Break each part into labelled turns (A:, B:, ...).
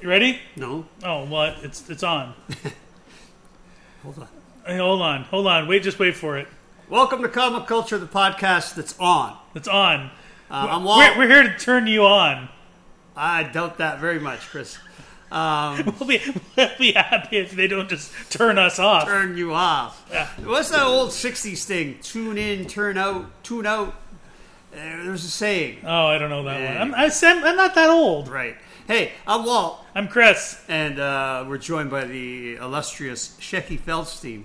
A: You ready?
B: No,
A: Oh, well, it's it's on.
B: hold on.
A: Hey, hold on, hold on. Wait, just wait for it.
B: Welcome to Comic Culture, the podcast that's on.
A: It's on.
B: Uh, I'm Walt.
A: We're, we're here to turn you on.
B: I doubt that very much, Chris. Um,
A: We'll be we'll be happy if they don't just turn us off.
B: turn you off. What's that old '60s thing? Tune in, turn out, tune out. Uh, There's a saying,
A: Oh, I don't know that
B: Yeah.
A: one. I'm, I said, I'm not that old.
B: right? Hey, I'm Walt,
A: I'm Chris,
B: and uh, we're joined by the illustrious Shecky Feldstein.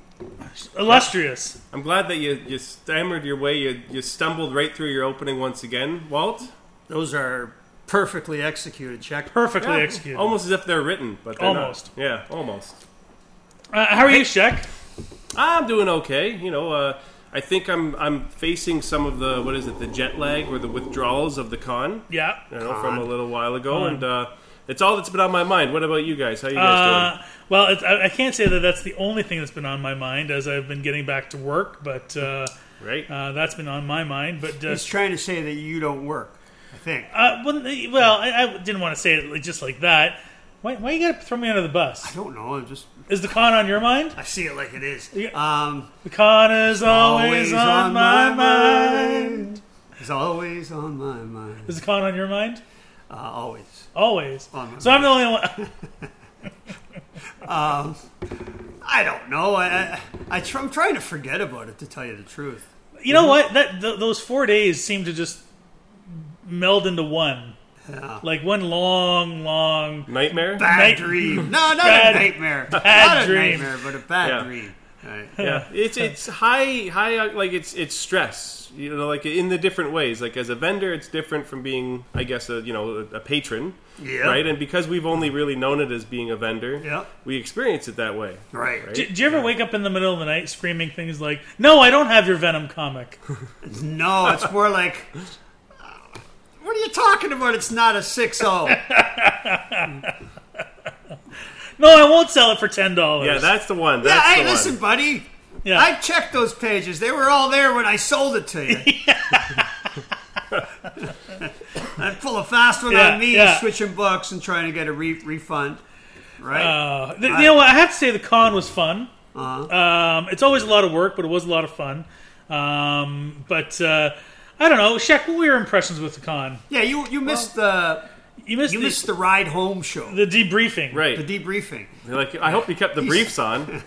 A: illustrious.
C: I'm glad that you, you stammered your way. You, you stumbled right through your opening once again, Walt.
B: Those are perfectly executed, Sheck.
A: Perfectly
C: Yeah,
A: executed.
C: Almost as if they're written, but they're not.
A: Almost.
C: Yeah, almost.
A: Uh, how are you, Shek?
C: I'm doing okay. You know, uh, I think I'm I'm facing some of the what is it, the jet lag or the withdrawals of the con.
A: Yeah.
C: You know, from a little while ago, and uh, it's all that's been on my mind. What about you guys? How you guys
A: Uh, well, it's, I, I can't say that that's the only thing that's been on my mind as I've been getting back to work, but uh,
C: doing? Right.
A: uh, that's been on my mind. But uh,
B: He's trying to say that you don't work. I think.
A: Uh, well, uh, well, I, I didn't want to say it just like that. Why, why you gotta throw me under the
B: I
A: bus?
B: don't know. I'm just.
A: Is the con on your mind?
B: I see it like it is.
A: Yeah.
B: Um,
A: The con is always, on, my mind.
B: It's always on my mind.
A: Is the con on your mind?
B: Uh, always.
A: Always.
B: On my
A: so I'm the only one.
B: I don't know. I, I, I tr- I'm trying to forget about it, to tell you the truth.
A: You
B: Mhm.
A: know what? That th- those four days seem to just meld into one,
B: Yeah.
A: like one long, long.
C: Nightmare.
B: Bad
A: Night-
B: dream. No, not
A: Bad-
B: a nightmare. not a
A: dream.
B: nightmare, but a bad
C: Yeah.
B: dream. Right.
C: yeah it's it's high high uh, like it's it's stress you know like in the different ways like as a vendor it's different from being i guess a you know a, a patron
B: Yeah.
C: right and because we've only really known it as being a vendor
B: Yeah.
C: we experience it that way
B: Right.
C: Right.
A: Do, do you ever wake up in the middle of the night screaming things like, "No, I don't have your Venom comic."
B: No, it's more like. What are you talking about? It's not a oh. 6 0.
A: No, I won't sell it for ten dollars.
C: yeah that's the one
B: Yeah,
C: that's
B: hey,
C: the
B: listen,
C: one
B: buddy.
A: Yeah.
B: I checked those pages. They were all there when I sold it to you. I pull a fast one
A: Yeah,
B: on me,
A: yeah.
B: switching books and trying to get a re- refund. Right?
A: Uh, th- you know what? I have to say the con was fun.
B: Uh-huh.
A: Um, it's always a lot of work, but it was a lot of fun. Um, but uh, I don't know, Shaq. What were your impressions with the con?
B: yeah, you you missed the
A: You missed,
B: you
A: the,
B: missed the ride home show,
A: the debriefing,
C: right
B: the debriefing.
C: like i hope you kept the briefs on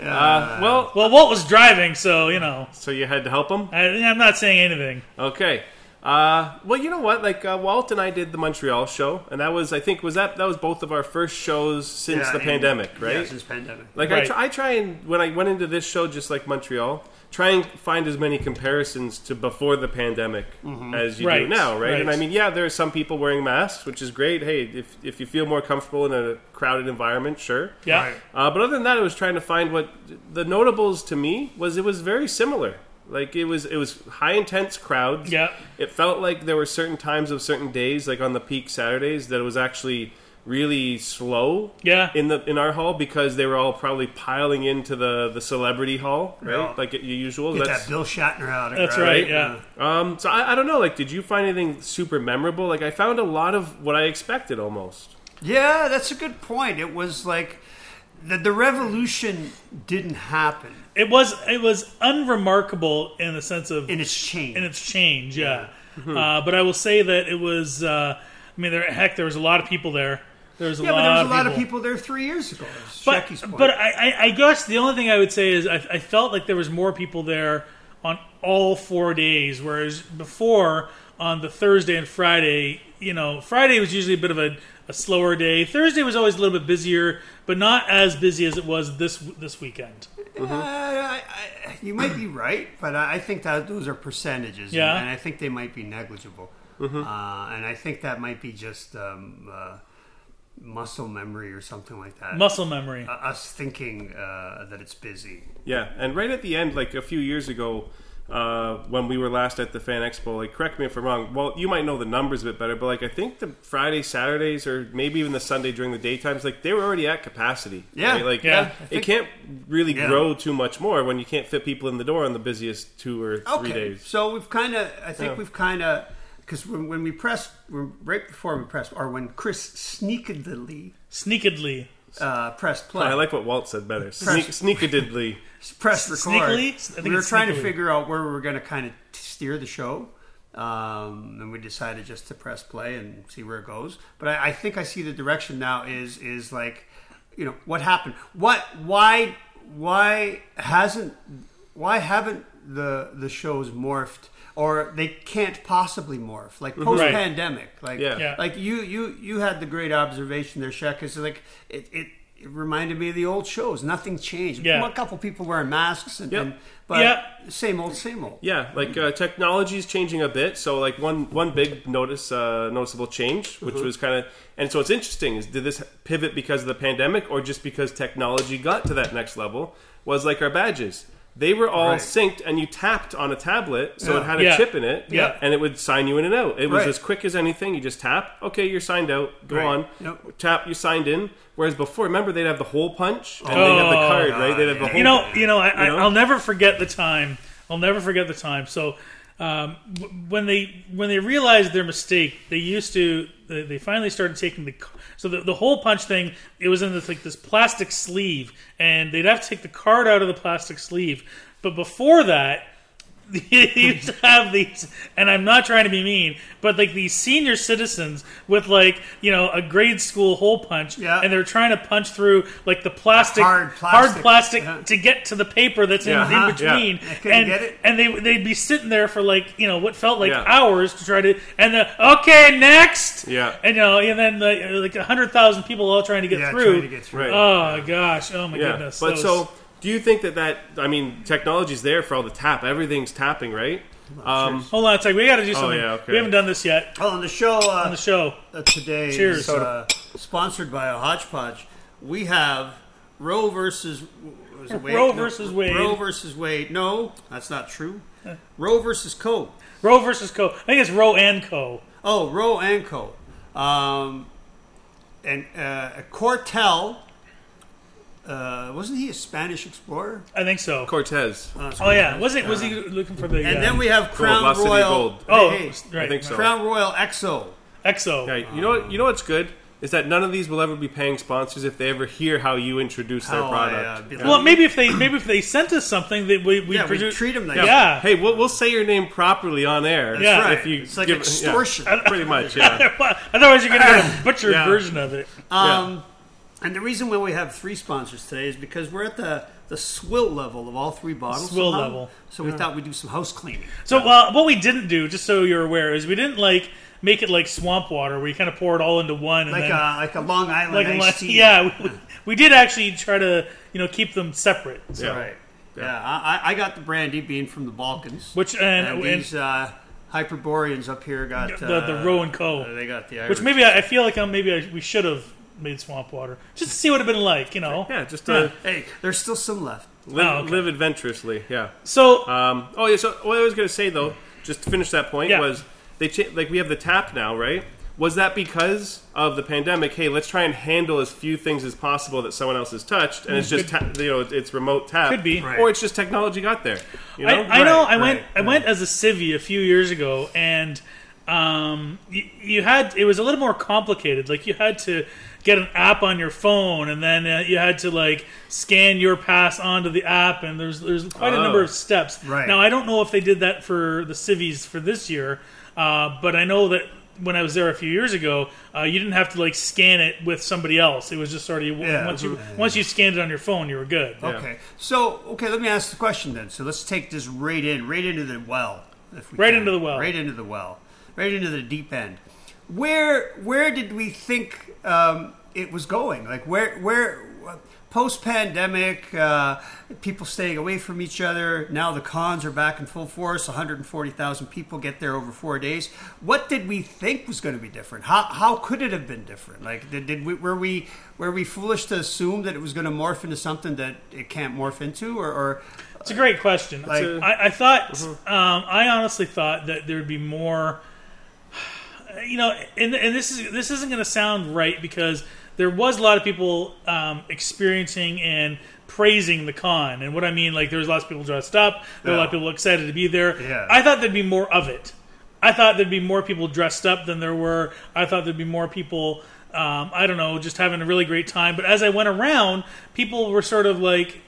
C: uh, well
A: Well, Walt was driving, so you know.
C: so you had to help him
A: I, I'm not saying anything.
C: Okay. Uh, well, you know what? Like uh, Walt and I did the Montreal show, and that was I think was that that was both of our first shows since
B: Yeah,
C: the
B: and-
C: pandemic, right?
B: Yeah, since pandemic.
C: Like
A: Right.
C: I, try, I try and when I went into this show, just like Montreal, try and find as many comparisons to before the pandemic as you
A: Mm-hmm. Right,
C: do now, right? And
A: right.
C: I mean, yeah, there are some people wearing masks, which is great. Hey, if if you feel more comfortable in a crowded environment, sure.
A: Yeah.
B: Right.
C: Uh, but other than that, I was trying to find what the notables to me was. It was very similar. Like it was, it was high intense crowds.
A: Yeah.
C: It felt like there were certain times of certain days, like on the peak Saturdays, that it was actually really slow.
A: Yeah.
C: In the in our hall because they were all probably piling into the the celebrity hall, right?
B: Yeah.
C: Like your usual.
B: Get
C: That's
B: that Bill Shatner out of
A: That's
B: crowd.
A: right.
C: Right.
A: Yeah.
C: um. So I, I don't know. Like, did you find anything super memorable? Like, I found a lot of what I expected almost.
B: Yeah, that's a good point. It was like the, the revolution didn't happen
A: It was it was unremarkable in the sense of
B: in Mm-hmm. its change.
A: in its change, yeah. Uh, but I will say that it was. Uh, I mean, there, heck, there was a lot of people there. There was a
B: yeah,
A: lot
B: but there was a
A: of
B: lot
A: people.
B: of people there three years ago. That's
A: but
B: Shecky's point.
A: but I, I- I guess the only thing I would say is I, I felt like there was more people there on all four days, whereas before on the Thursday and Friday, you know, Friday was usually a bit of a, a slower day. Thursday was always a little bit busier, but not as busy as it was this this weekend.
C: Mm-hmm.
B: Uh, I, I, you might be right, but I I think that those are percentages, and-
A: Yeah.
B: and, I think they might be negligible.
C: Mm-hmm.
B: Uh, and I think that might be just um, uh, muscle memory or something like that.
A: Muscle memory.
B: Uh, us thinking uh, that it's busy.
C: Yeah, and right at the end, like a few years ago, uh, when we were last at the Fan Expo, like correct me if I'm wrong. Well, you might know the numbers a bit better, but like I think the Friday, Saturdays, or maybe even the Sunday during the daytimes, like they were already at capacity.
B: Yeah.
C: right? like
A: Yeah. I
C: it can't really
B: Yeah.
C: grow too much more when you can't fit people in the door on the busiest two or three
B: Okay,
C: days.
B: so we've kind of, I think
C: Yeah.
B: we've kind of because when, when we pressed, when- right before we pressed, or when Chris sneakily
A: Sneakedly.
B: uh, pressed play,
C: I like what Walt said better. Sneak, sneakedly.
B: press record.
A: Sneakily? I think
B: we were
A: it's
B: trying
A: sneakily.
B: to figure out where we were going to kind of steer the show, um, and we decided just to press play and see where it goes. But I, I think I see the direction now is is like, you know, what happened? What? Why? Why hasn't? Why haven't the the shows morphed? Or they can't possibly morph, like post pandemic. Like,
C: Yeah.
A: Mm-hmm. Yeah.
B: like you, you, you had the great observation there, Shaq. Is like it, it, it reminded me of the old shows. Nothing changed.
A: Yeah.
B: A couple people wearing masks, and,
C: Yep.
B: and- but
A: Yep.
B: same old, same old.
C: Yeah, like uh, technology is changing a bit. So like one one big notice uh, noticeable change, which
A: Mm-hmm.
C: was kind of and so it's interesting is did this pivot because of the pandemic or just because technology got to that next level? Was like our badges. They were all
B: Right.
C: synced, and you tapped on a tablet, so it
B: Yeah.
C: had a
A: Yeah.
C: chip in it,
A: Yeah.
C: and it would sign you in and out. It was
B: Right.
C: as quick as anything. You just tap, okay, you're signed out, go
B: Right.
C: on,
B: Yep.
C: tap, you signed in. Whereas before, remember they'd have the hole punch and they'd have the
A: Oh,
C: card, right? They'd have the
B: God.
C: hole.
A: you know, you know, I,
C: You know?
A: I, I'll never forget the time. I'll never forget the time. So, um, w- when they when they realized their mistake, they used to they, they finally started taking the c- so the, the whole punch thing. It was in this like this plastic sleeve, and they'd have to take the card out of the plastic sleeve. But before that, they used to have these, and I'm not trying to be mean, but like these senior citizens with like you know a grade school hole punch,
B: Yeah.
A: and they're trying to punch through like the plastic,
B: Hard
A: hard
B: plastic.
A: plastic
B: Yeah.
A: to get to the paper that's
C: Yeah.
A: in,
C: Uh-huh.
A: in between,
B: Yeah. I couldn't
A: and
B: get it.
A: and they they'd be sitting there for like you know what felt like
C: Yeah.
A: hours to try to, and the okay next,
C: Yeah.
A: and you know, and then like, like hundred thousand people all trying to get
B: Yeah,
A: through,
B: trying to get through.
C: Right.
A: Oh gosh, oh my
C: Yeah,
A: goodness,
C: but
A: That was-
C: so do you think that that I mean technology's there for all the tap? Everything's tapping, right? Um,
A: hold on a second, we got to do something.
C: yeah, okay.
A: We haven't done this yet
B: Oh, and the show
A: on
B: uh,
A: the show.
B: uh, today
A: Cheers.
B: is uh, sponsored by a hodgepodge. We have Roe versus was it Wade?
A: Roe versus Wade.
B: Roe versus Wade. No, that's not true. Roe versus Code.
A: Roe versus Co. I think it's Roe and Co.
B: Oh, Roe and Co. Um, and uh, Cortell. Uh, wasn't he a Spanish explorer?
A: I think so.
C: Cortez,
A: Oh yeah, was it? Was he looking for the?
B: And
A: uh,
B: then we have Crown
C: La City
B: Royal.
C: Gold.
A: Oh,
B: Hey, hey,
A: right.
C: I think so.
B: Crown Royal EXO.
A: Exo.
C: Yeah, you know what? You know what's good is that none of these will ever be paying sponsors if they ever hear how you introduce their
B: How I, uh,
C: product.
B: be-
A: Well, maybe if they maybe if they sent us something that we we
B: Yeah, we
A: produ-
B: treat him like
A: yeah.
C: Hey, we'll, we'll say your name properly on air.
A: Yeah.
B: Right.
C: if you
B: it's like
C: give- yeah.
B: extortion.
C: pretty much. Yeah,
A: Otherwise, you're gonna get a butchered
C: Yeah.
A: version of it.
B: Um, And the reason why we have three sponsors today is because we're at the, the swill level of all three bottles.
A: Swill
B: somehow.
A: level.
B: So we thought we'd do some house cleaning.
A: So, uh, what we didn't do, just so you're aware, is we didn't like make it like swamp water, where you kind of pour it all into one, and
B: Like,
A: then
B: a, like a Long Island
A: like
B: iced
A: unless,
B: tea.
A: yeah, we, we did actually try to you know keep them separate. So,
C: yeah.
B: Right. Yeah, I, I- I got the brandy bean from the Balkans.
A: Which
B: and
A: and, and
B: these uh, Hyperboreans up here got
A: The- the
B: uh,
A: Roe and Co.
B: uh, They got the Irish.
A: which maybe I, I feel like um, maybe I, we should have made swamp water just to see what it'd been like, you know.
C: yeah, just uh,
B: hey, there's still some left.
C: live,
A: Oh, okay.
C: live adventurously. Yeah.
A: So
C: Um, oh yeah. So what I was gonna say though, just to finish that point,
A: Yeah.
C: was they cha- like we have the tap now, right? Was that because of the pandemic? Hey, let's try and handle as few things as possible that someone else has touched, and it's just ta- you know it's remote tap,
A: Mm, Could be. Right.
C: or it's just technology got there. You know,
A: I, I know.
B: Right,
A: I went.
B: right,
A: I went as a civvy a few years ago, and um, you, you had it was a little more complicated. Like you had to get an app on your phone, and then uh, you had to like scan your pass onto the app, and there's there's quite a
C: Oh.
A: number of steps.
B: Right.
A: Now I don't know if they did that for the civvies for this year, uh, but I know that. When I was there a few years ago, uh, you didn't have to like scan it with somebody else. It was just sort of
B: Yeah.
A: once you once you scanned it on your phone, you were good.
B: Okay, so okay, let me ask the question then. So let's take this right in, right into the well. If we
A: Right into the well.
B: Right into the well. Right into the deep end. Where where did we think um, it was going? Like where where post pandemic, uh, people staying away from each other. Now the cons are back in full force. 140,000 people get there over four days. What did we think was going to be different? How how could it have been different? Like did, did we were we were we foolish to assume that it was going to morph into something that it can't morph into, or, or
A: It's a great question.
B: Like-
A: I, I thought, um, I honestly thought that there would be more. You know, and, and this is this isn't going to sound right because there was a lot of people um, experiencing and praising the con, and what I mean, like there was lots of people dressed up, there were a lot of people excited to be there.
B: Yeah.
A: I thought there'd be more of it. I thought there'd be more people dressed up than there were. I thought there'd be more people. Um, I don't know, just having a really great time. But as I went around, people were sort of like,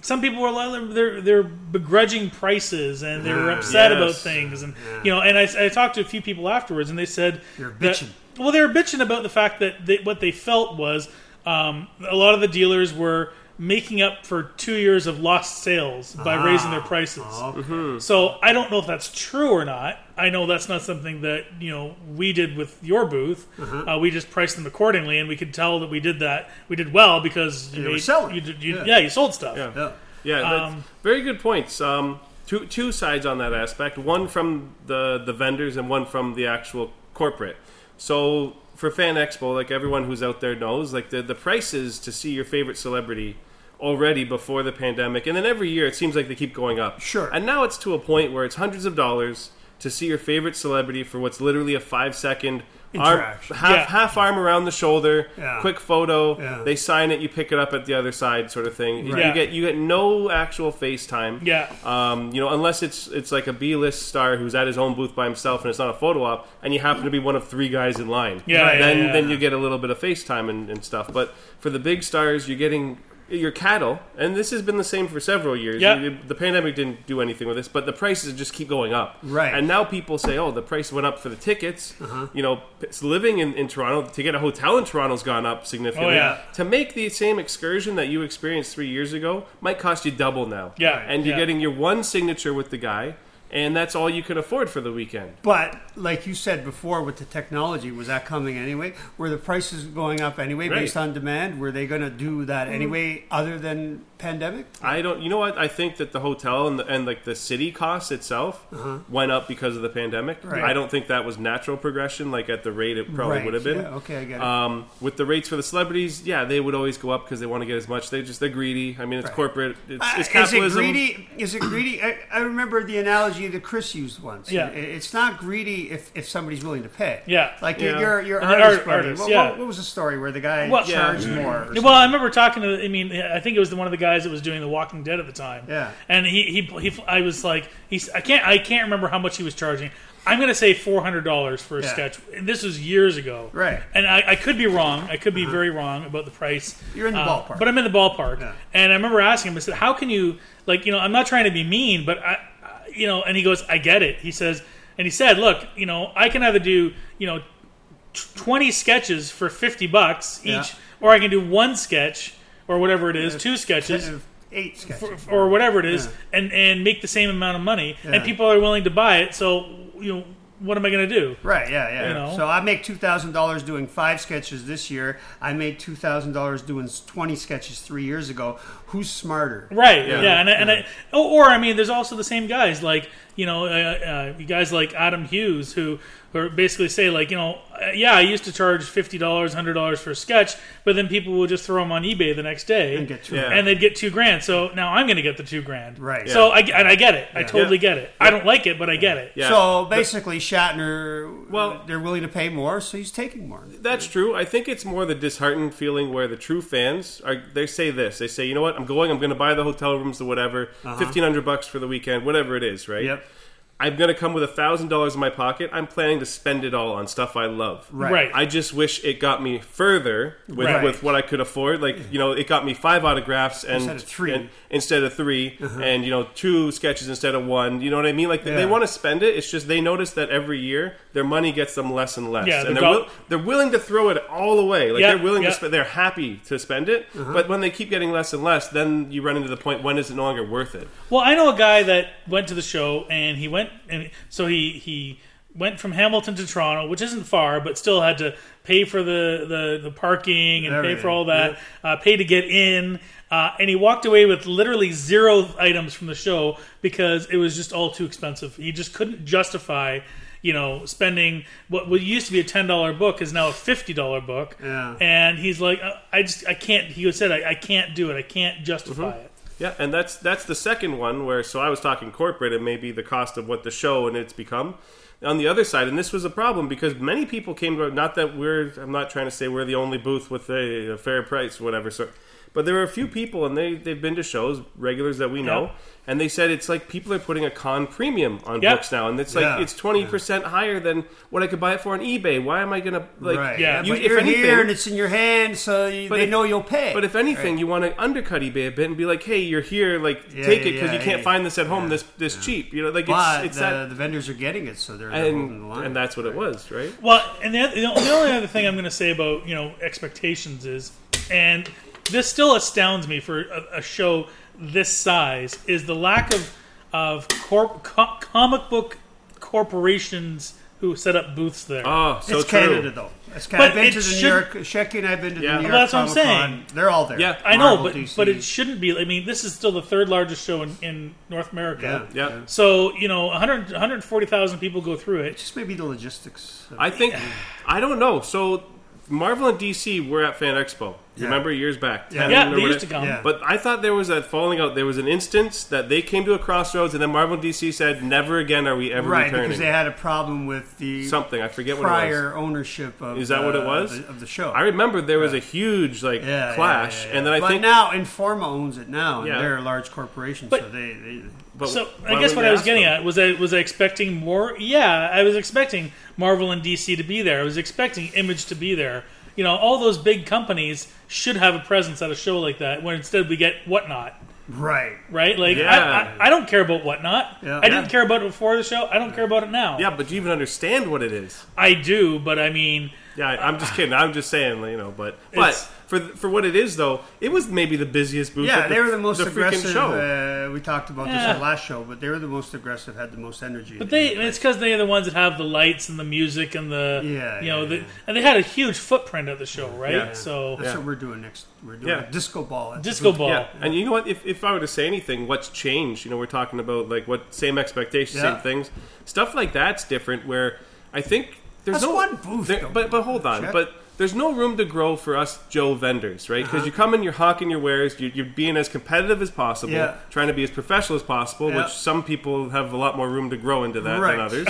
A: some people were like, they're, they're begrudging prices and they were
B: Mm,
A: upset
C: yes.
A: about things, and you know. And I, I talked to a few people afterwards, and they said
B: They were
A: that-
B: bitching.
A: well, they were bitching about the fact that they, what they felt was um, a lot of the dealers were making up for two years of lost sales by
B: Ah,
A: raising their prices. So I don't know if that's true or not. I know that's not something that you know we did with your booth.
B: Uh-huh.
A: Uh, we just priced them accordingly, and we could tell that we did that. We did well because you
B: They were
A: made-
B: selling.
A: You, did- you-
B: Yeah.
A: yeah. you sold stuff.
C: Yeah.
B: Yeah.
C: Yeah, that's- very good points. Um, two two sides on that aspect. One from the the vendors and one from the actual corporate. So for Fan Expo, like everyone who's out there knows, like the the prices to see your favorite celebrity already before the pandemic, and then every year it seems like they keep going up.
B: Sure.
C: And now it's to a point where it's hundreds of dollars to see your favorite celebrity for what's literally a five second. Arm,
B: Interaction.
C: half
A: Yeah.
C: half arm around the shoulder,
B: Yeah.
C: quick photo.
B: Yeah.
C: They sign it, you pick it up at the other side, sort of thing. You- You
A: Yeah.
C: get you get no actual FaceTime.
A: Yeah.
C: Um, you know, unless it's it's like a B list star who's at his own booth by himself and it's not a photo op, and you happen to be one of three guys in line.
A: Yeah, yeah,
C: Then
A: yeah.
C: then you get a little bit of FaceTime and, and stuff. But for the big stars, you're getting your cattle, and this has been the same for several years.
A: Yeah.
C: You- The pandemic didn't do anything with this, but the prices just keep going up.
B: Right.
C: And now people say, "Oh, the price went up for the tickets." You know, it's living in, in Toronto to get a hotel in Toronto's gone up significantly.
A: Oh, yeah.
C: To make the same excursion that you experienced three years ago might cost you double now.
A: Yeah,
C: And you're
A: yeah.
C: getting your one signature with the guy, and that's all you can afford for the weekend.
B: But like you said before, with the technology, was that coming anyway? Were the prices going up anyway
C: Right.
B: based on demand? Were they going to do that
A: Mm-hmm.
B: anyway, other than pandemic?
C: I don't. You know what? I think that the hotel and the, and like the city costs itself went up because of the pandemic.
B: Uh-huh. Right.
C: I don't think that was natural progression. Like at the rate it probably
B: Right,
C: would have been.
B: yeah, okay, I get it.
C: Um, with the rates for the celebrities, yeah, they would always go up because they want to get as much. They just they're greedy. I mean, it's
B: Right.
C: corporate. It's,
B: Uh,
C: it's
B: is
C: capitalism.
B: it greedy? Is it greedy? I, I remember the analogy that Chris used once.
A: Yeah.
B: It- it's not greedy if, if somebody's willing to pay.
A: Yeah.
B: like your
C: Yeah.
B: your, your
A: And the
B: artist
A: art-
B: buddy.
A: artists,
B: what,
A: yeah.
B: what, what was the story where the guy
A: Well- Yeah.
B: charged more? or
A: Well, I remember talking to. I mean, I think it was the, one of the guys that was doing The Walking Dead at the time.
B: Yeah.
A: And he, he, he I was like, he's. I can't. I can't remember how much he was charging. I'm going to say four hundred dollars for a
B: Yeah.
A: sketch. And this was years ago.
B: Right. Uh-huh.
A: And I, I could be wrong. I could be very wrong about the price.
B: You're in the
A: Uh,
B: ballpark.
A: But I'm in the ballpark.
B: Yeah.
A: And I remember asking him. I said, "How can you like? You know, I'm not trying to be mean, but I, I- you know." And he goes, "I get it." He says, and he said, "Look, you know, I can either do, you know." 20 sketches for 50 bucks each
B: Yeah.
A: or i can do one sketch or whatever it is two sketches
B: something? eight sketches.
A: or whatever it is
B: Yeah.
A: and and make the same amount of money
B: Yeah.
A: and people are willing to buy it so you know what am i going to do
B: Right, yeah, yeah.
A: You know?
B: So I make two thousand dollars doing five sketches this year. I made two thousand dollars doing s- twenty sketches three years ago. Who's smarter?
A: Right.
C: Yeah.
A: Yeah. and I, and I, or, or I mean, there's also the same guys like you know, uh, uh, you guys like Adam Hughes who who are basically say like you know, uh, yeah, I used to charge fifty dollars, hundred dollars for a sketch, but then people would just throw them on eBay the next day
B: And get two
C: Yeah. grand.
A: and they'd get two grand. So now I'm going to get the two grand.
B: Right.
A: So I and I get it. I totally
C: Yeah.
A: get it. I don't like it, but I get it.
C: Yeah.
B: So basically, Shatner.
C: Well-
B: Well, they're willing to pay more, so he's taking more.
C: That's true. I think it's more the disheartened feeling where the true fans are. They say this. They say, you know what? I'm going. I'm going to buy the hotel rooms, the whatever, fifteen hundred bucks for the weekend, whatever it is, right?
B: Yep.
C: I'm going to come with a thousand dollars in my pocket. I'm planning to spend it all on stuff I love.
B: Right.
A: Right.
C: I just wish it got me further with,
A: Right.
C: with what I could afford. Like you know, it got me five autographs and
B: Instead of three.
C: and- instead of 3 and you know two sketches instead of one. You know what I mean? Like they
B: Yeah.
C: want to spend it. It's just they notice that every year their money gets them less and less,
A: Yeah,
C: and
A: the
C: they're,
A: dol-
C: will- they're willing to throw it all away. Like
A: Yeah,
C: they're willing
A: yeah.
C: to spend. They're happy to spend it, but when they keep getting less and less, then you run into the point when is it no longer worth it?
A: Well, I know a guy that went to the show, and he went, and so he he went from Hamilton to Toronto, which isn't far, but still had to pay for the the, the parking and pay
B: Everything,
A: for all that, uh, pay to get in, uh, and he walked away with literally zero items from the show because it was just all too expensive. He just couldn't justify. You know, spending what what used to be a ten dollar book is now a fifty dollar book,
B: Yeah.
A: and he's like, "I- I just I can't. He said, I, I can't do it. I can't justify it.
C: Yeah, and that's that's the second one where so I was talking corporate and maybe the cost of what the show and it's become. On the other side, and this was a problem because many people came to not that we're I'm not trying to say we're the only booth with a, a fair price, whatever. So But there were a few people, and they they've been to shows, regulars that we know,
A: Yeah.
C: and they said it's like people are putting a con premium on
A: Yeah.
C: books now, and it's like
B: Yeah.
C: it's twenty percent higher than what I could buy it for on eBay. Why am I gonna like?
B: right.
A: yeah,
C: you-
B: but
C: if
B: you're
C: anything-
B: here and it's in your hand, so you,
C: But
B: they
C: if-
B: know you'll pay.
C: But if anything, you want to undercut eBay a bit and be like, "Hey, you're here. Like,
B: Yeah,
C: take
B: yeah,
C: it because
B: yeah,
C: you can't
B: yeah.
C: find this at home this this cheap." You know, like
B: but
C: it's, it's
B: the,
C: that,
B: the vendors are getting it, so they're they're holding the
C: and
B: line.
C: and that's what it was, right?
A: Well, and the, the only other thing I'm going to say about you know expectations is, and this still astounds me for a, a show this size, is the lack of of corp, co- comic book corporations who set up booths there.
C: Oh, so
B: it's
C: true.
B: Canada though. It's Canada. I've
A: But
B: been
A: it
B: to the
A: should-
B: New York. Shecky and I've been to
C: Yeah.
B: the New
C: Well,
B: York.
A: that's what I'm
B: Comic-Con.
A: saying.
B: They're all there.
C: Yeah.
A: I know,
B: Marvel,
A: but
B: DC.
A: but it shouldn't be. I mean, this is still the third largest show in, in North America.
B: Yeah.
C: Yeah.
A: So you know, 100, 140,000 people go through it.
B: just maybe the logistics. Of
C: I think I don't know. So Marvel and DC were at Fan Expo. Remember years back?
B: Yeah.
C: I don't
A: Yeah,
C: remember
A: they
C: what
A: used
C: it-
A: to come.
B: Yeah.
C: But I thought there was that falling out. There was an instance that they came to a crossroads, and then Marvel and DC said, "Never again are we ever
B: right because
C: returning."
B: they had a problem with the
C: Something I forget what it was.
B: prior ownership of.
C: Is that
B: the,
C: what it was?
B: of the, of the show?
C: I remember there was a huge like
B: Yeah, yeah,
C: clash,
B: yeah, yeah.
C: and then I
B: but
C: think
B: now Informa owns it now, and
C: Yeah.
B: they're a large corporation,
A: But-
B: so they. they
C: but
A: So I
C: why
A: guess
C: wouldn't
A: what
C: they
A: I was
C: ask
A: getting
C: them?
A: at was I was I expecting more. Yeah, I was expecting Marvel and DC to be there. I was expecting Image to be there. You know, all those big companies should have a presence at a show like that. When instead we get whatnot,
B: right.
A: right? Like
C: Yeah.
A: I, I, I don't care about whatnot.
B: Yeah.
A: I didn't
C: Yeah.
A: care about it before the show. I don't care about it now.
C: Yeah, but do you even understand what it is?
A: I do, but I mean,
C: Yeah, I- I'm just kidding. I'm just saying, you know. But but
A: It's-
C: for for what it is, though, it was maybe the busiest booth.
B: Yeah,
C: at
B: they were the most
C: freaking
B: aggressive.
C: Show.
B: Uh, we talked about this
A: Yeah.
B: in the last show, but they were the most aggressive, had the most energy.
A: But they, it's because they're the ones that have the lights and the music and the,
B: Yeah,
A: you know,
B: yeah,
A: the,
B: yeah.
A: and they had a huge footprint at the show, right?
C: Yeah.
A: So
B: That's
C: Yeah.
B: what we're doing next. We're doing
C: Yeah.
B: a disco ball. at the
A: disco
B: booth.
A: ball.
C: Yeah, and you know what? If, if I were to say anything, what's changed? You know, we're talking about like what same expectations,
B: Yeah.
C: same things. Stuff like that's different. Where I think there's
B: That's
C: no
B: one booth,
C: there-
B: though.
C: but but hold on,
B: Check.
C: but. There's no room to grow for us Joe vendors, right?
B: Uh-huh.
C: Because you come in, you're hawking your wares, you're, you're being as competitive as possible,
B: Yeah.
C: trying to be as professional as possible,
B: Yeah.
C: which some people have a lot more room to grow into that
B: Right.
C: than others.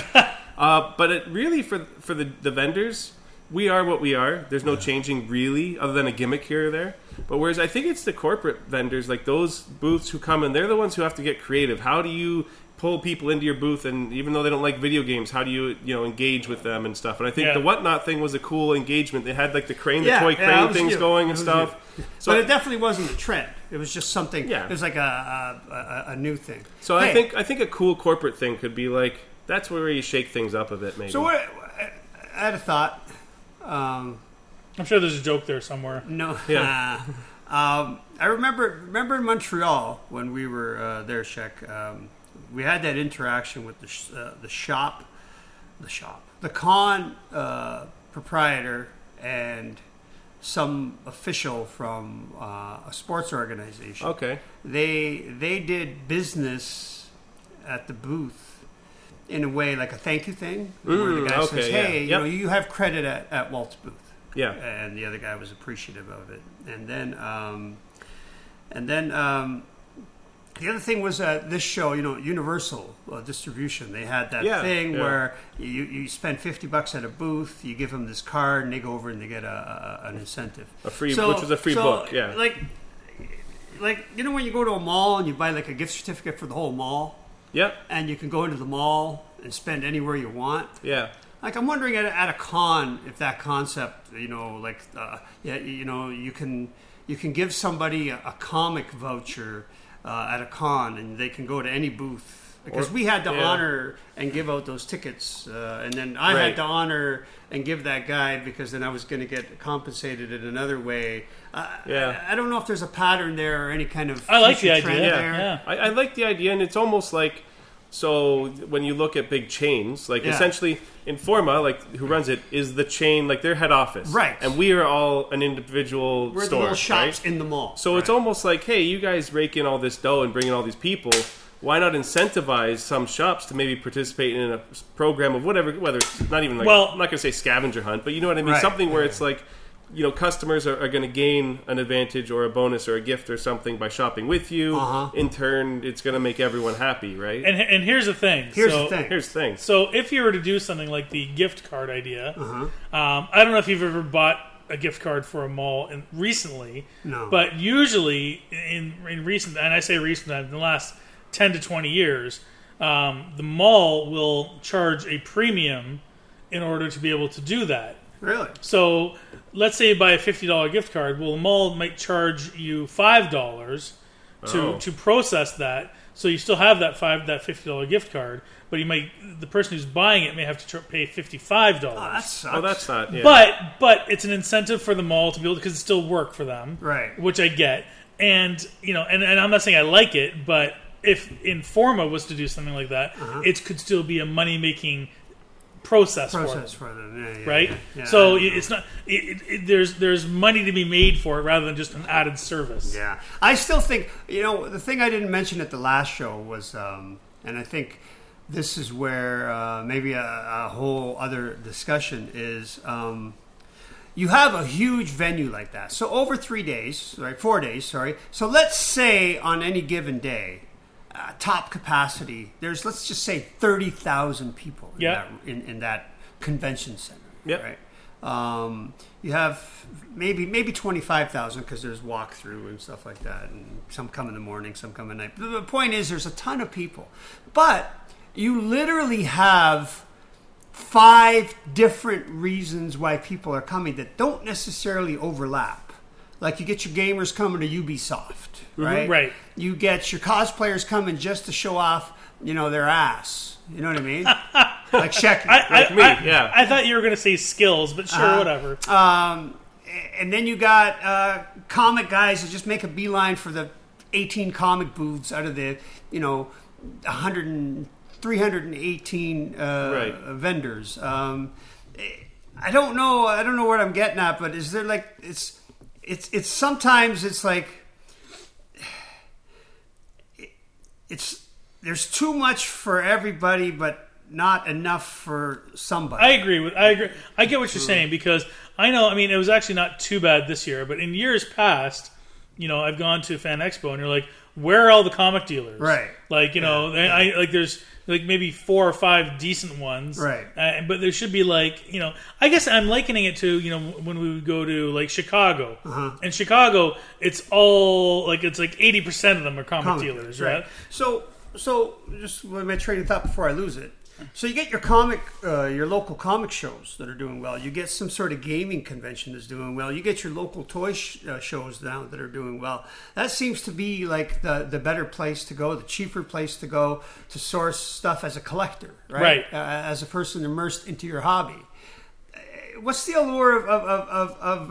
C: Uh, but it really for for the, the vendors, we are what we are. There's no changing really, other than a gimmick here or there. But whereas I think it's the corporate vendors, like those booths who come in, they're the ones who have to get creative. How do you pull people into your booth? And even though they don't like video games, how do you you know engage with them and stuff? And I think
A: Yeah.
C: the whatnot thing was a cool engagement. They had like the crane, the
B: Yeah,
C: toy
B: yeah,
C: crane
B: that was
C: things
B: you.
C: going
B: That
C: and
B: was
C: stuff.
B: you.
C: So
B: but it definitely wasn't a trend. It was just something.
C: Yeah.
B: It was like a a, a, a new thing.
C: so I
B: Hey,
C: think I think a cool corporate thing could be like that's where you shake things up a bit, maybe.
B: so. What, I had a thought. Um,
A: I'm sure there's a joke there somewhere.
B: No.
C: Yeah.
B: um, I remember remember in Montreal when we were uh, there, Shek. Um, we had that interaction with the sh- uh, the shop, the shop, the con uh, proprietor, and some official from uh, a sports organization.
C: okay.
B: They they did business at the booth. In a way, like a thank you thing, where the
C: Mm,
B: guy
C: okay,
B: says,
C: yeah.
B: "Hey, you
C: Yep.
B: know, you have credit at, at Walt's booth."
C: Yeah.
B: and the other guy was appreciative of it. And then, um, and then um, the other thing was uh, this show, you know, Universal uh, Distribution. They had that
C: Yeah,
B: thing
C: yeah.
B: where you, you spend fifty bucks at a booth, you give them this card, and they go over and they get a, a an incentive,
C: A free- which is a free book, yeah.
B: like. Like you know when you go to a mall and you buy like a gift certificate for the whole mall,
C: Yep.
B: and you can go into the mall and spend anywhere you want.
C: Yeah.
B: Like I'm wondering at, at a con if that concept, you know, like uh, yeah, you know, you can you can give somebody a, a comic voucher uh, at a con, and they can go to any booth because
C: Or-
B: we had to
C: yeah.
B: honor and give out those tickets, uh, and then I
C: Right.
B: had to honor and give that guy because then I was going to get compensated in another way. Uh,
C: Yeah.
B: I, I don't know if there's a pattern there or any kind of
A: I like the
B: future
A: idea,
B: trend
A: yeah,
B: there.
A: yeah.
C: I, I like the idea, and it's almost like so when you look at big chains, like
B: Yeah.
C: essentially Informa, like who runs it, is the chain, like their head office,
B: Right.
C: And we are all an individual
B: We're
C: store,
B: the little shops
C: right?
B: in the mall.
C: So it's almost like, hey, you guys rake in all this dough and bring in all these people. Why not incentivize some shops to maybe participate in a program of whatever, whether it's not even like,
A: Well-
C: I'm not going to say scavenger hunt, but you know what I mean?
B: Right.
C: Something where it's like, you know, customers are, are going to gain an advantage or a bonus or a gift or something by shopping with you.
B: Uh-huh.
C: In turn, it's going to make everyone happy, right?
A: And and here's the thing.
B: here's
A: So-
B: the thing.
C: Here's things.
B: Uh-huh.
A: So if you were to do something like the gift card idea, um, I don't know if you've ever bought a gift card for a mall in, recently.
B: No.
A: But usually, in in recent, and I say recent, in the last ten to twenty years, um, the mall will charge a premium in order to be able to do that.
B: Really?
A: So let's say you buy a fifty dollar gift card. Well, the mall might charge you five dollars to
C: Oh.
A: to process that. So you still have that five that fifty dollar gift card, but you might the person who's buying it may have to tr- pay fifty five
B: That
A: dollars.
B: sucks.
C: Oh, that's not. Yeah.
A: But but it's an incentive for the mall to be able because it's still work for them,
B: Right.
A: Which I get, and you know, and, and I'm not saying I like it, but if Informa was to do something like that, it could still be a money making process, for them
B: process for them. Yeah, yeah,
A: right?
B: yeah, yeah.
A: so it, it's not it, it, it, there's there's money to be made for it rather than just an added service.
B: Yeah, I still think you know the thing I didn't mention at the last show was, um, and I think this is where uh, maybe a, a whole other discussion is. Um, you have a huge venue like that, so over three days, right? Four days, sorry. So let's say on any given day, uh, top capacity, there's let's just say thirty thousand people in,
A: Yeah.
B: that, in, in that convention center,
C: Yeah.
B: right? Um, you have maybe maybe twenty five thousand because there's walkthrough and stuff like that, and some come in the morning, some come at night. But the point is, there's a ton of people, but you literally have five different reasons why people are coming that don't necessarily overlap. Like you get your gamers coming to Ubisoft, right?
A: Mm-hmm. right.
B: You get your cosplayers coming just to show off, you know, their ass. You know what I mean? like check.
A: I,
C: Like me,
A: I-
C: yeah.
A: I thought you were going to say skills, but sure, whatever.
B: Um, and then you got uh, comic guys that just make a beeline for the 18 comic booths out of the, you know, 100 and 318 uh,
C: Right.
B: vendors. Um, I don't know. I don't know what I'm getting at, but is there like it's it's it's sometimes it's like it's there's too much for everybody, but not enough for somebody.
A: I agree with I agree. I get what you're saying because I know. I mean, it was actually not too bad this year, but in years past, you know, I've gone to Fan Expo and you're like, where are all the comic dealers?
B: Right.
A: Like you know, they- I like there's like maybe four or five decent ones.
B: Right.
A: Uh, but there should be like you know, I guess I'm likening it to you know when we would go to like Chicago. In Chicago, it's all like it's like eighty percent of them are comic,
B: comic
A: dealers, right?
B: So, so just with my train of thought before I lose it. So you get your comic, uh, your local comic shows that are doing well. You get some sort of gaming convention that's doing well. You get your local toy sh- uh, shows now that are doing well. That seems to be like the the better place to go, the cheaper place to go to source stuff as a collector, right?
A: Right.
B: Uh, as a person immersed into your hobby. Uh, What's the allure of of of, of,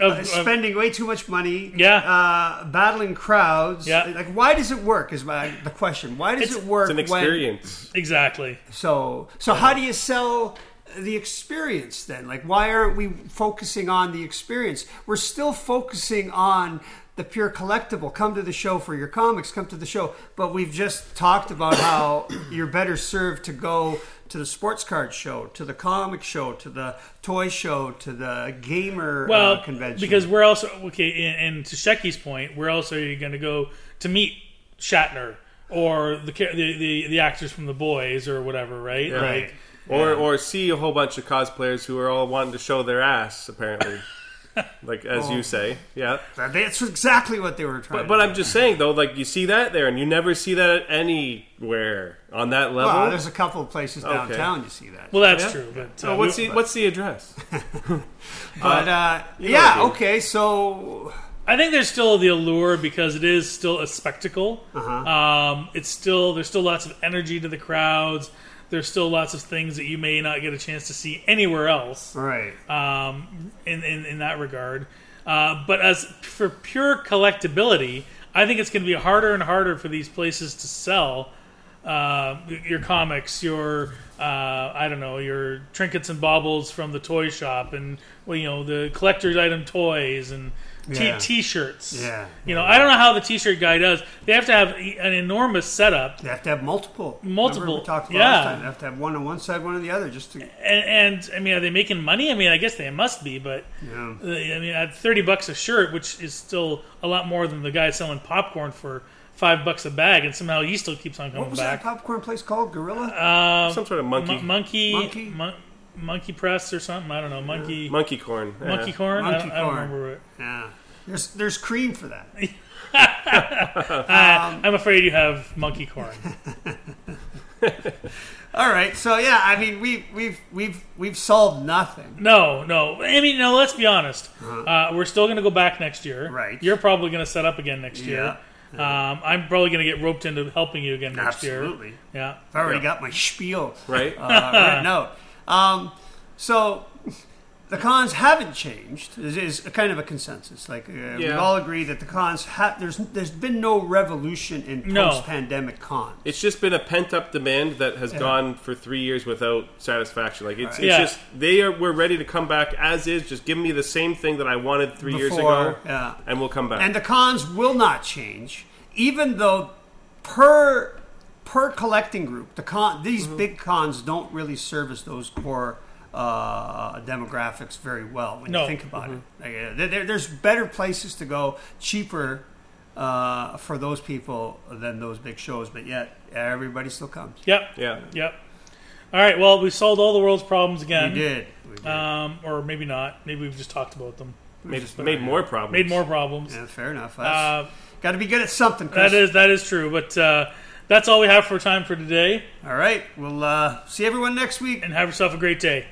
A: Of-
B: of, uh,
A: of-
B: spending way too much money?
A: Yeah.
B: uh, battling crowds.
A: Yeah.
B: Like, why does it work? Is my the question. Why does
A: It's-
B: it work?
C: it's an experience.
A: Exactly.
B: When, so, so how do you sell the experience then? Like, why aren't we focusing on the experience? We're still focusing on the pure collectible. Come to the show for your comics. Come to the show. But we've just talked about how you're better served to go. To the sports card show, to the comic show, to the toy show, to the gamer
A: well,
B: uh, convention.
A: Because we're also okay, and, and to Shecky's point, where else are you going to go to meet Shatner or the, cha- the the the actors from The Boys or whatever, right?
B: Right.
C: Or or see a whole bunch of cosplayers who are all wanting to show their ass, apparently. like as
B: Oh.
C: you say, yeah.
B: that's exactly what they were trying.
C: But,
B: to
C: but
B: do.
C: I'm just saying though, like you see that there, and you never see that anywhere on that level.
B: Well, there's a couple of places downtown you see that.
A: Well, that's
C: Yeah.
A: true. But uh,
C: so what's
A: we-
C: the what's the address?
B: but uh,
C: know
B: yeah,
C: what I mean.
B: okay. So
A: I think there's still the allure because it is still a spectacle. Um, it's still there's still lots of energy to the crowds. There's still lots of things that you may not get a chance to see anywhere else.
B: right,
A: um, in, in, in that regard. Uh, but as for pure collectability, I think it's going to be harder and harder for these places to sell uh, your comics, your uh, I don't know, your trinkets and baubles from the toy shop, and well, you know the collector's item toys and t-
B: Yeah.
A: t-shirts.
B: Yeah.
A: you know, I don't know how the t-shirt guy does. They have to have e, an enormous setup,
B: they have to have multiple.
A: Multiple,
B: Remember we talked about
A: yeah.
B: last time. They have to have one on one side, one on the other, just to. You
A: and, and I mean, are they making money? I mean, I guess they must be, but
B: know.
A: Uh, I mean, at thirty bucks a shirt, which is still a lot more than the guy selling popcorn for five bucks a bag, and somehow he still keeps on coming
B: What was
A: back. Uh,
B: that popcorn place called? Gorilla.
C: Some sort of monkey.
A: Mon- monkey,
B: Monkey?
A: mon- Monkey Press or something. I don't know. Monkey
C: Monkey corn. Yeah.
A: Monkey Corn. I
B: Monkey
A: don't, I don't
B: corn.
A: remember. It.
B: Yeah. There's there's cream for that. Um,
A: I, I'm afraid you have Monkey Corn.
B: All right. So yeah, I mean we we've we've we've solved nothing.
A: No, no. I mean, no. Let's be honest. Uh, we're still going to go back next year.
B: Uh-huh. Right.
A: You're probably going to set up again next year.
B: Yeah.
A: Um, I'm probably going to get roped into helping you again next year.
B: Absolutely.
A: Yeah.
B: I've already got my spiel
C: Right.
B: uh, written out. Um, so the cons haven't changed. Is, is a kind of a consensus. Like uh, we
C: Yeah.
B: all agree that the cons ha- there's there's been no revolution in
A: No.
B: post-pandemic cons.
C: It's just been a pent up demand that has gone for three years without satisfaction. Like it's, it's
A: Yeah.
C: just they are we're ready to come back as is. Just give me the same thing that I wanted three years ago,
B: Before, yeah.
C: and we'll come back.
B: And the cons will not change, even though per per collecting group, the con these
A: Mm-hmm.
B: big cons don't really service those core uh, demographics very well when
A: No. Mm-hmm.
B: you think about it. Like, uh, there- there- there's better places to go, cheaper uh, for those people than those big shows, but yet everybody still comes.
A: Yep.
C: yeah,
A: Yep. All right. Well, we solved all the world's problems
B: We
A: again.
B: did. We did.
A: Um, or maybe not. Maybe we've just talked about them.
C: made, made more problems.
A: Made more problems.
B: yeah, fair enough.
A: Uh,
B: Got to be good at something. Chris.
A: that is that is true. But uh, that's all we have for time for today.
B: All right. We'll uh, see everyone next week.
A: And have yourself a great day.